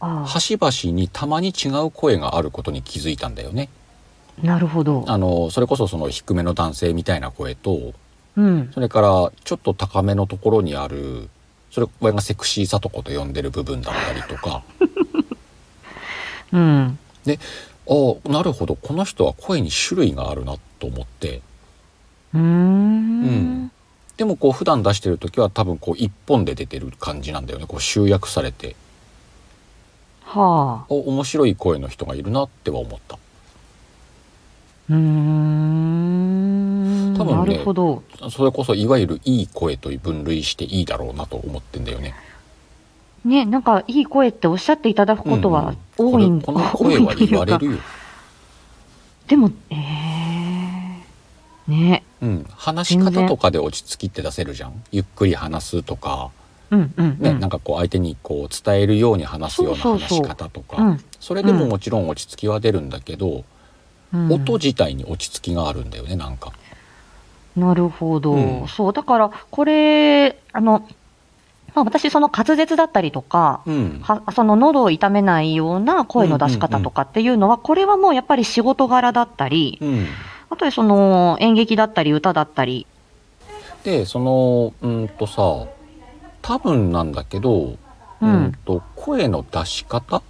[SPEAKER 1] あ
[SPEAKER 2] 端々にたまに違う声があることに気づいたんだよね。
[SPEAKER 1] あ。なるほど。
[SPEAKER 2] あのそれこそその低めの男性みたいな声と
[SPEAKER 1] うん。
[SPEAKER 2] それからちょっと高めのところにあるそれ俺がセクシーさとこと呼んでる部分だったりとか
[SPEAKER 1] うん。
[SPEAKER 2] ああなるほどこの人は声に種類があるなと思って
[SPEAKER 1] うーん。
[SPEAKER 2] でもこう普段出してる時は多分こう一本で出てる感じなんだよねこう集約されて
[SPEAKER 1] はあ。
[SPEAKER 2] お面白い声の人がいるなっては思った。
[SPEAKER 1] うーん。
[SPEAKER 2] 多分ね
[SPEAKER 1] なるほど。
[SPEAKER 2] それこそいわゆるいい声と分類していいだろうなと思ってんだよね。
[SPEAKER 1] ね、なんかいい声っておっしゃっていただくことは多いん、
[SPEAKER 2] うんうんこれこの声は
[SPEAKER 1] 多いってい
[SPEAKER 2] 言
[SPEAKER 1] う
[SPEAKER 2] われ
[SPEAKER 1] か
[SPEAKER 2] るよ。
[SPEAKER 1] でも、えー、ね、
[SPEAKER 2] うん、話し方とかで落ち着きって出せるじゃんゆっくり話すとか、
[SPEAKER 1] うんうん、うん
[SPEAKER 2] ねなんかこう相手にこう伝えるように話すような
[SPEAKER 1] そうそう
[SPEAKER 2] 話
[SPEAKER 1] そう
[SPEAKER 2] し方とかそ
[SPEAKER 1] うん
[SPEAKER 2] れでも
[SPEAKER 1] うん
[SPEAKER 2] もちろん落ち着きは出るんだけど、
[SPEAKER 1] うん
[SPEAKER 2] 音自体に落ち着きがあるんだよねなんか。
[SPEAKER 1] なるほど、
[SPEAKER 2] うん
[SPEAKER 1] そう、だから、これ、あの、まあ、私、その滑舌だったりとか、
[SPEAKER 2] うん、
[SPEAKER 1] はその喉を痛めないような声の出し方とかっていうのは、これはもうやっぱり仕事柄だったり、
[SPEAKER 2] うん、
[SPEAKER 1] あとはその演劇だったり歌だったり、
[SPEAKER 2] でそのうんとさ多分なんだけど、
[SPEAKER 1] う
[SPEAKER 2] うん
[SPEAKER 1] ん、
[SPEAKER 2] と声の出し方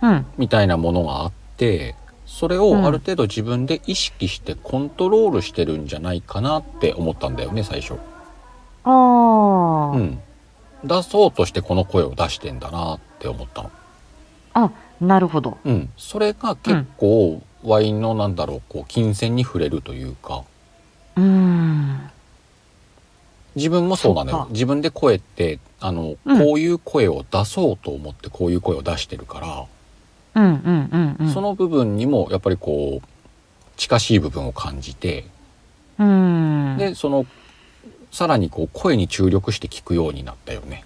[SPEAKER 1] うん、
[SPEAKER 2] みたいなものがあってそれをある程度自分で意識してコントロールしてるんじゃないかなって思ったんだよね最初。
[SPEAKER 1] ああ、
[SPEAKER 2] うん、出そうとしてこの声を出してんだなって思ったの。
[SPEAKER 1] あ、なるほど。
[SPEAKER 2] うん、それが結構、ワインのなんだろうこう金銭に触れるというか
[SPEAKER 1] うーん、
[SPEAKER 2] 自分もそうなの
[SPEAKER 1] そっ
[SPEAKER 2] よ
[SPEAKER 1] か
[SPEAKER 2] 自分で声ってあの、
[SPEAKER 1] うん
[SPEAKER 2] こういう声を出そうと思ってこういう声を出してるから、
[SPEAKER 1] うん、うん、うん、うん。
[SPEAKER 2] その部分にもやっぱりこう近しい部分を感じて
[SPEAKER 1] うーん。
[SPEAKER 2] でそのさらにこう声に注力して聞くようになったよね。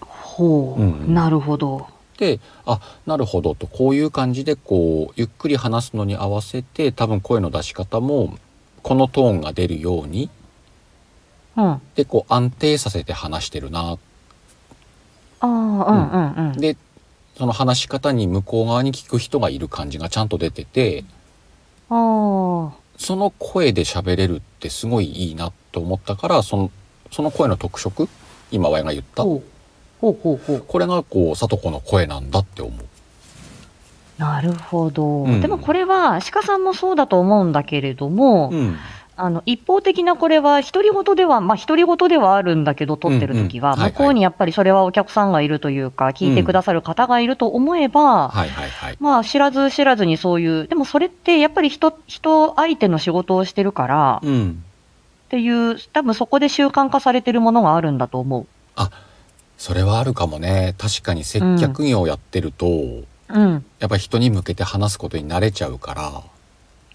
[SPEAKER 1] ほう、
[SPEAKER 2] うんうん
[SPEAKER 1] なるほど。
[SPEAKER 2] であなるほどとこういう感じでこうゆっくり話すのに合わせて多分声の出し方もこのトーンが出るように
[SPEAKER 1] うん。あ
[SPEAKER 2] でこう安定させて話してるな
[SPEAKER 1] あー、うん、うん、うん。
[SPEAKER 2] でその話し方に向こう側に聞く人がいる感じがちゃんと出てて
[SPEAKER 1] ああ、
[SPEAKER 2] その声で喋れるってすごいいいなと思ったからそのその声の特色今ワイが言った
[SPEAKER 1] ほう。ほうほうほう。
[SPEAKER 2] これがこう聡子の声なんだって思う。
[SPEAKER 1] なるほど。
[SPEAKER 2] うん
[SPEAKER 1] でもこれは、鹿さんもそうだと思うんだけれども、
[SPEAKER 2] うん
[SPEAKER 1] あの、一方的なこれは、独り言では、まあ、独り言ではあるんだけど、撮ってる時は、
[SPEAKER 2] うんうんはいはい
[SPEAKER 1] 向こうにやっぱりそれはお客さんがいるというか、聞いてくださる方がいると思えば、
[SPEAKER 2] はいはいはい。
[SPEAKER 1] まあ、知らず知らずにそういう、でもそれって、やっぱり人、人相手の仕事をしてるから、っ
[SPEAKER 2] うん
[SPEAKER 1] ていう、多分そこで習慣化されてるものがあるんだと思う。
[SPEAKER 2] それはあるかもね確かに接客業やってると、
[SPEAKER 1] うん。
[SPEAKER 2] やっぱ人に向けて話すことに慣れちゃうか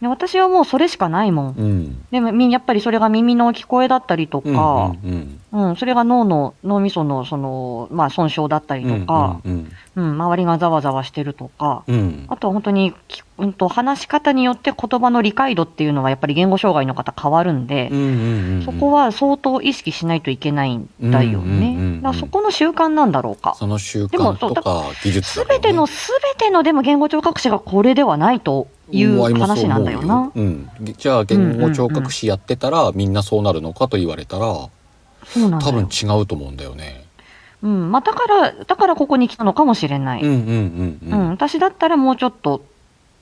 [SPEAKER 1] で私はもうそれしかないもん。
[SPEAKER 2] ら、うん、
[SPEAKER 1] でも、みやっぱりそれが耳の聞こえだったりとか、
[SPEAKER 2] うんうんうん
[SPEAKER 1] うん、それが脳の、脳みその、その、まあ、損傷だったりとか、
[SPEAKER 2] うん
[SPEAKER 1] うん、周りがざわざわしてるとか、
[SPEAKER 2] うんうん
[SPEAKER 1] あとは本当に、きうんと、話し方によって言葉の理解度っていうのはやっぱり言語障害の方変わるんで
[SPEAKER 2] うんう、んうん
[SPEAKER 1] そこは相当意識しないといけないんだよね。
[SPEAKER 2] うんうんうんうん
[SPEAKER 1] だからそこの習慣なんだろうか。
[SPEAKER 2] その習
[SPEAKER 1] でも
[SPEAKER 2] 慣
[SPEAKER 1] そう
[SPEAKER 2] と
[SPEAKER 1] だ
[SPEAKER 2] か技術
[SPEAKER 1] す
[SPEAKER 2] とか
[SPEAKER 1] べての、すべてのでも言語聴覚士がこれではないという話なんだよな。
[SPEAKER 2] うんうんうん、じゃあ言語聴覚士やってたらみんなそうなるのかと言われたら
[SPEAKER 1] そうなんだ
[SPEAKER 2] 多分
[SPEAKER 1] よ。
[SPEAKER 2] 違うと思うんだよね。
[SPEAKER 1] うん。まあ、だから、だからここに来たのかもしれない。
[SPEAKER 2] うんうんうん
[SPEAKER 1] う、
[SPEAKER 2] うんん
[SPEAKER 1] 私だったらもうちょっと、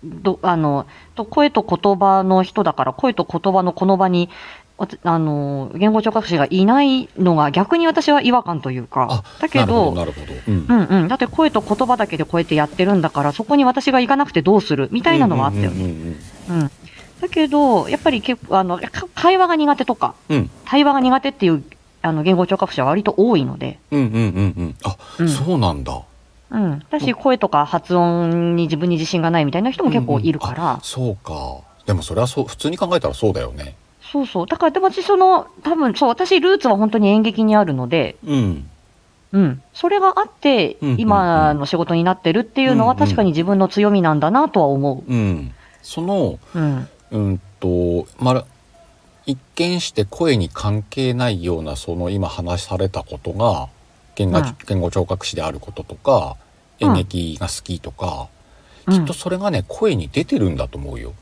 [SPEAKER 1] どあのと声と言葉の人だから、声と言葉のこの場に、わたあの言語聴覚士がいないのが逆に私は違和感というか
[SPEAKER 2] あ、
[SPEAKER 1] だけど、
[SPEAKER 2] なるほどなるほど。うん
[SPEAKER 1] うんうん、だって声と言葉だけでこうやってやってるんだから、そこに私が行かなくてどうするみたいなのはあったよね。
[SPEAKER 2] ね。
[SPEAKER 1] うんだけど、やっぱり結構あのか会話が苦手とか、
[SPEAKER 2] うん
[SPEAKER 1] 対話が苦手っていうあの言語聴覚者は割と多いので、
[SPEAKER 2] うんうんうんうんうん。あ、
[SPEAKER 1] うん
[SPEAKER 2] そうなんだ。
[SPEAKER 1] うん、だし声とか発音に自分に自信がないみたいな人も結構いるから。
[SPEAKER 2] うんうんあそうかでもそれはそう普通に考えたらそうだよね
[SPEAKER 1] そうそう。だから、でも私、その、多分、そう、私、ルーツは本当に演劇にあるので、
[SPEAKER 2] うん
[SPEAKER 1] うん。それがあって、
[SPEAKER 2] うんうんうん
[SPEAKER 1] 今の仕事になってるっていうのは、
[SPEAKER 2] うんうん
[SPEAKER 1] 確かに自分の強みなんだなとは思
[SPEAKER 2] うんその
[SPEAKER 1] う。うん。
[SPEAKER 2] うんとまあ一見して声に関係ないようなその今話されたことが言語,、
[SPEAKER 1] うん
[SPEAKER 2] 言語聴覚士であることとか
[SPEAKER 1] うん
[SPEAKER 2] 演劇が好きとか、
[SPEAKER 1] うん
[SPEAKER 2] きっとそれがね声に出てるんだと思うよ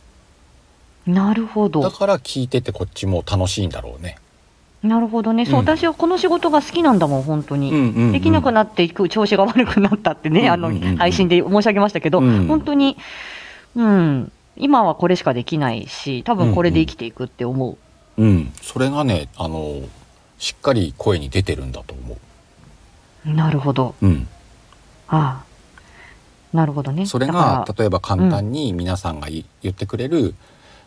[SPEAKER 1] なるほ
[SPEAKER 2] だ
[SPEAKER 1] ど。
[SPEAKER 2] から聞いててこっちも楽しいんだろうね、
[SPEAKER 1] なるほどね。そう、
[SPEAKER 2] うん
[SPEAKER 1] 私はこの仕事が好きなんだもん、本当に。
[SPEAKER 2] ん
[SPEAKER 1] できなくなっていく、調子が悪くなったってね、あの、
[SPEAKER 2] うんうんうん
[SPEAKER 1] 配信で申し上げましたけど、
[SPEAKER 2] うん
[SPEAKER 1] 本当に、うん、今はこれしかできないし、多分これで生きていくって思う。
[SPEAKER 2] うんそれがねあのしっかり声に出てるんだと思
[SPEAKER 1] なるほど。
[SPEAKER 2] ううん
[SPEAKER 1] ああ。なるほどね。
[SPEAKER 2] それ
[SPEAKER 1] だから
[SPEAKER 2] が例えば簡単に皆さんがい言ってくれる、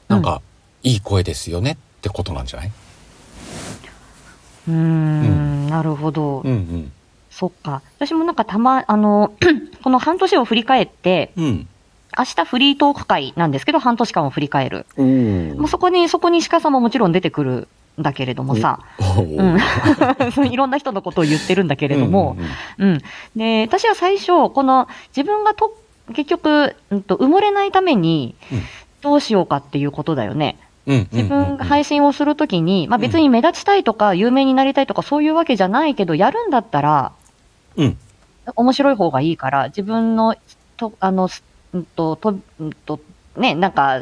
[SPEAKER 2] なんか、いい声ですよねってことなんじゃない、
[SPEAKER 1] うーん、なるほど、
[SPEAKER 2] んうん、
[SPEAKER 1] そっか。私もなんかたま、あの、 この半年を振り返って、
[SPEAKER 2] うん。
[SPEAKER 1] 明日フリートーク会なんですけど、半年間を振り返る。
[SPEAKER 2] おー
[SPEAKER 1] もうそこに、そこに鹿さんももちろん出てくるんだけれどもさ、
[SPEAKER 2] おー
[SPEAKER 1] うん。そのいろんな 人のことを言ってるんだけれども、
[SPEAKER 2] うんうん
[SPEAKER 1] う
[SPEAKER 2] うん
[SPEAKER 1] ん。で、私は最初、この自分がと、結局、うんと、埋もれないために
[SPEAKER 2] うん、
[SPEAKER 1] どうしようかっていうことだよね。
[SPEAKER 2] うん
[SPEAKER 1] 自分が配
[SPEAKER 2] い
[SPEAKER 1] 信をするときに、まあ
[SPEAKER 2] うん
[SPEAKER 1] 別に目立ちたいとか、有名になりたいとか、そういうわけじゃないけど、やるんだったら、
[SPEAKER 2] うん
[SPEAKER 1] 面白い方がいいから、自分の、と、あの、すうんと、と、うんと、ね、なんか、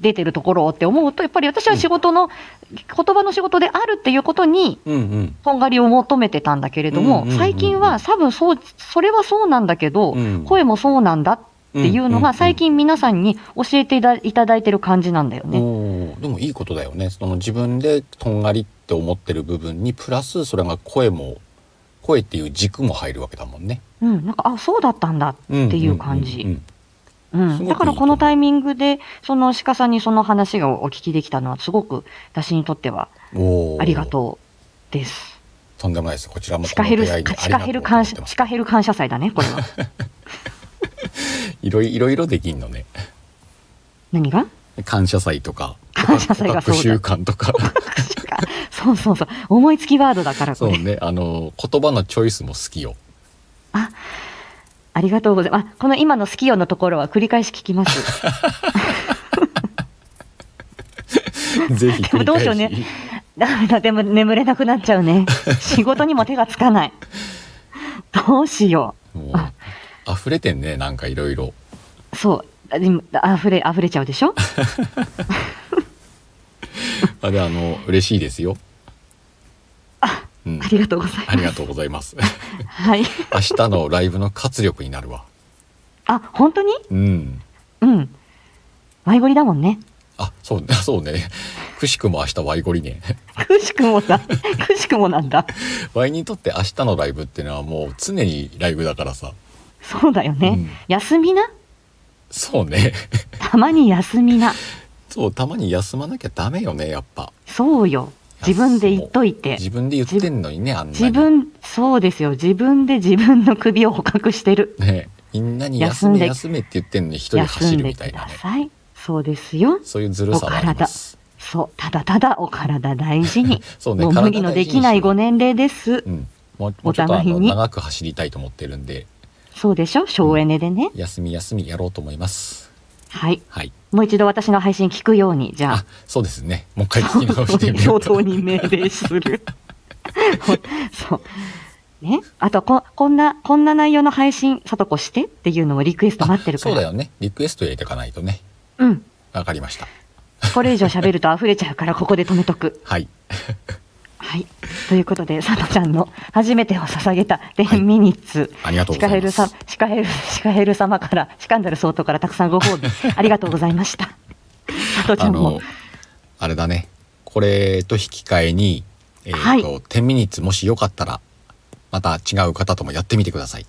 [SPEAKER 1] 出てるところをって思うと、やっぱり私は仕事の、言葉の仕事であるっていうことに、
[SPEAKER 2] うんうん
[SPEAKER 1] とんがりを求めてたんだけれど
[SPEAKER 2] うんう
[SPEAKER 1] も
[SPEAKER 2] んうんう、ん
[SPEAKER 1] 最近は多分そう、それはそうなんだけど、
[SPEAKER 2] うん
[SPEAKER 1] 声もそうなんだっていうの
[SPEAKER 2] んん
[SPEAKER 1] が
[SPEAKER 2] ん
[SPEAKER 1] 最近皆さんに教えていたいただいてる感じなんだよね。
[SPEAKER 2] おーでもいいことだよねその自分でとんがりって思ってる部分にプラスそれが声も声っていう軸も入るわけだもんね。
[SPEAKER 1] うん、なんか、あ、そうだったんだ。
[SPEAKER 2] って
[SPEAKER 1] いう感じう
[SPEAKER 2] すごくい
[SPEAKER 1] ん。
[SPEAKER 2] い
[SPEAKER 1] だからこのタイミングで、その鹿さんにその話がお聞きできたのは、すごく私にとってはありが
[SPEAKER 2] う。
[SPEAKER 1] とうです。
[SPEAKER 2] とんでもないです。こちらも
[SPEAKER 1] 鹿ヘル、
[SPEAKER 2] この出会いにあ
[SPEAKER 1] 鹿
[SPEAKER 2] りがとう
[SPEAKER 1] ヘル
[SPEAKER 2] と思
[SPEAKER 1] 感
[SPEAKER 2] って
[SPEAKER 1] 謝、
[SPEAKER 2] ます
[SPEAKER 1] 鹿ヘル感謝祭だね、これは。
[SPEAKER 2] いろいろいろできんのね。
[SPEAKER 1] 何が
[SPEAKER 2] 感謝祭とか、
[SPEAKER 1] 感謝祭がそう
[SPEAKER 2] 各
[SPEAKER 1] だ
[SPEAKER 2] 習慣 とか、
[SPEAKER 1] そうそうそう。思いつきワードだから、こ
[SPEAKER 2] そう
[SPEAKER 1] れ。
[SPEAKER 2] ね、あの言葉のチョイスも好き よ。
[SPEAKER 1] ありがとうございます。あ、この今の好きよのところは繰り返し聞き ます。
[SPEAKER 2] ぜひ繰り返し。
[SPEAKER 1] でもどうしようねダメだ、でも眠れなくなっちゃうね。仕事にも手がつかない。どうしよ
[SPEAKER 2] もう溢れてんね、なんかいろいろ。
[SPEAKER 1] う。そう。あでもあふれ、あふれちゃうでしょ
[SPEAKER 2] あであの嬉しいですよ。うん
[SPEAKER 1] ありがとうございます。
[SPEAKER 2] ありがとうございます。
[SPEAKER 1] はい。
[SPEAKER 2] 明日のライブの活力になるわ。
[SPEAKER 1] あ、本当に
[SPEAKER 2] うん。
[SPEAKER 1] うん。ワイゴリだもんね。
[SPEAKER 2] あ、そう、 そうね。くしくも明日ワイゴリね。
[SPEAKER 1] くしくもだ。くしくもなんだ。
[SPEAKER 2] ワイにとって明日のライブっていうのはもう常にライブだからさ。
[SPEAKER 1] そうだよね。
[SPEAKER 2] うん
[SPEAKER 1] 休みな
[SPEAKER 2] そうね。
[SPEAKER 1] たまに休みな。
[SPEAKER 2] そう、たまに休まなきゃダメよね、やっぱ。
[SPEAKER 1] そうよ。自分で言っといて。
[SPEAKER 2] 自分で言ってんのにね、あんなに。
[SPEAKER 1] 自分、そうですよ。自分で自分の首を捕獲してる。
[SPEAKER 2] ね。みんなに休
[SPEAKER 1] 休
[SPEAKER 2] め
[SPEAKER 1] ん
[SPEAKER 2] 休
[SPEAKER 1] で
[SPEAKER 2] めって言ってんのに一人
[SPEAKER 1] 休
[SPEAKER 2] 走
[SPEAKER 1] ん
[SPEAKER 2] る
[SPEAKER 1] で
[SPEAKER 2] み
[SPEAKER 1] く
[SPEAKER 2] たいな
[SPEAKER 1] だ
[SPEAKER 2] ね。
[SPEAKER 1] さい。そうですよ。
[SPEAKER 2] そういうずるさはあります。
[SPEAKER 1] そう、ただただお体大事に。
[SPEAKER 2] そうね、
[SPEAKER 1] もう無理のできないご
[SPEAKER 2] 年。
[SPEAKER 1] 年齢です
[SPEAKER 2] う。ん。もうもうちょっと
[SPEAKER 1] お
[SPEAKER 2] あ
[SPEAKER 1] 互い
[SPEAKER 2] の
[SPEAKER 1] に
[SPEAKER 2] 長く走りたいと思ってるんで、
[SPEAKER 1] そうでしょ省エネでね。
[SPEAKER 2] 休み休みやろうと思います。
[SPEAKER 1] はい。
[SPEAKER 2] はい。
[SPEAKER 1] もう一度私の配信聞くように、じゃあ
[SPEAKER 2] あ。、そうですね。もう一回聞き直し てみよ
[SPEAKER 1] 教
[SPEAKER 2] うと
[SPEAKER 1] 頭。に命令する。 そう。ね。あとこ、こんな、こんな内容の配信、さとこしてっていうのもリクエスト待ってるか
[SPEAKER 2] そう
[SPEAKER 1] ら。
[SPEAKER 2] だよね。リクエスト入れていかないとね。
[SPEAKER 1] うん。
[SPEAKER 2] わかりました。
[SPEAKER 1] これ以上喋ると溢れちゃうから、ここで止めとく。
[SPEAKER 2] はい。
[SPEAKER 1] はい。ということで、さとちゃんの初めてを捧げた10ミニッツ。
[SPEAKER 2] ありがとう
[SPEAKER 1] シ
[SPEAKER 2] ござ
[SPEAKER 1] カヘ
[SPEAKER 2] いま
[SPEAKER 1] ルさん
[SPEAKER 2] す。、
[SPEAKER 1] シカヘル、シカヘル様から、シカンダル総統からたくさんご褒美、ありがとうございました。佐藤ち
[SPEAKER 2] あ
[SPEAKER 1] ゃんも
[SPEAKER 2] の、、あれだね。これと引き換えに、えっ、
[SPEAKER 1] はい
[SPEAKER 2] と、10ミニッツもしよかったら、また違う方ともやってみてください。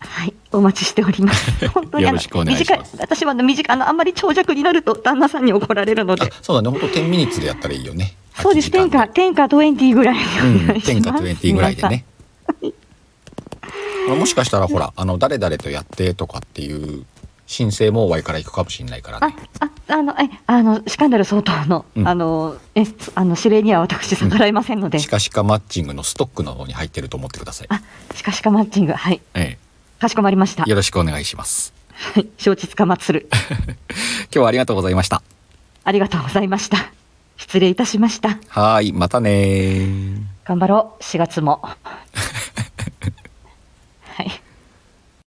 [SPEAKER 1] はい、お待ちしており ます。本当にあの
[SPEAKER 2] よろしくお願いします
[SPEAKER 1] 短い私はあの短いあの、あんまり長尺になると旦那さんに怒られるの
[SPEAKER 2] あ
[SPEAKER 1] で、、
[SPEAKER 2] そうだね。ほんと10ミニッツでやったらいいよね。
[SPEAKER 1] そうです、
[SPEAKER 2] 空
[SPEAKER 1] 天
[SPEAKER 2] き時間
[SPEAKER 1] 下、
[SPEAKER 2] で。
[SPEAKER 1] 天下20ぐらいにお
[SPEAKER 2] う
[SPEAKER 1] 願
[SPEAKER 2] ん、
[SPEAKER 1] いし
[SPEAKER 2] 天下
[SPEAKER 1] ます。
[SPEAKER 2] 20ぐらいで
[SPEAKER 1] 皆さん
[SPEAKER 2] ね。あのもしかしたらほら、あの、誰々とやってとかっていう申請も Y から行くかもしれないからね。
[SPEAKER 1] あ、あ、あの、え、あの、シカンダル総統の、
[SPEAKER 2] うん
[SPEAKER 1] あの、え、あの、指令には私逆らえませんので、
[SPEAKER 2] シカシカマッチングのストックの方に入ってると思ってください。
[SPEAKER 1] あ、シカシカマッチング、はい、
[SPEAKER 2] え
[SPEAKER 1] かしこまりました
[SPEAKER 2] え、。よろしくお願いします。
[SPEAKER 1] はい承知つかまつ る。
[SPEAKER 2] 今日はありがとうございました。
[SPEAKER 1] ありがとうございました。失礼いたしました。
[SPEAKER 2] はーい、またねー。
[SPEAKER 1] 頑張ろう、4月も。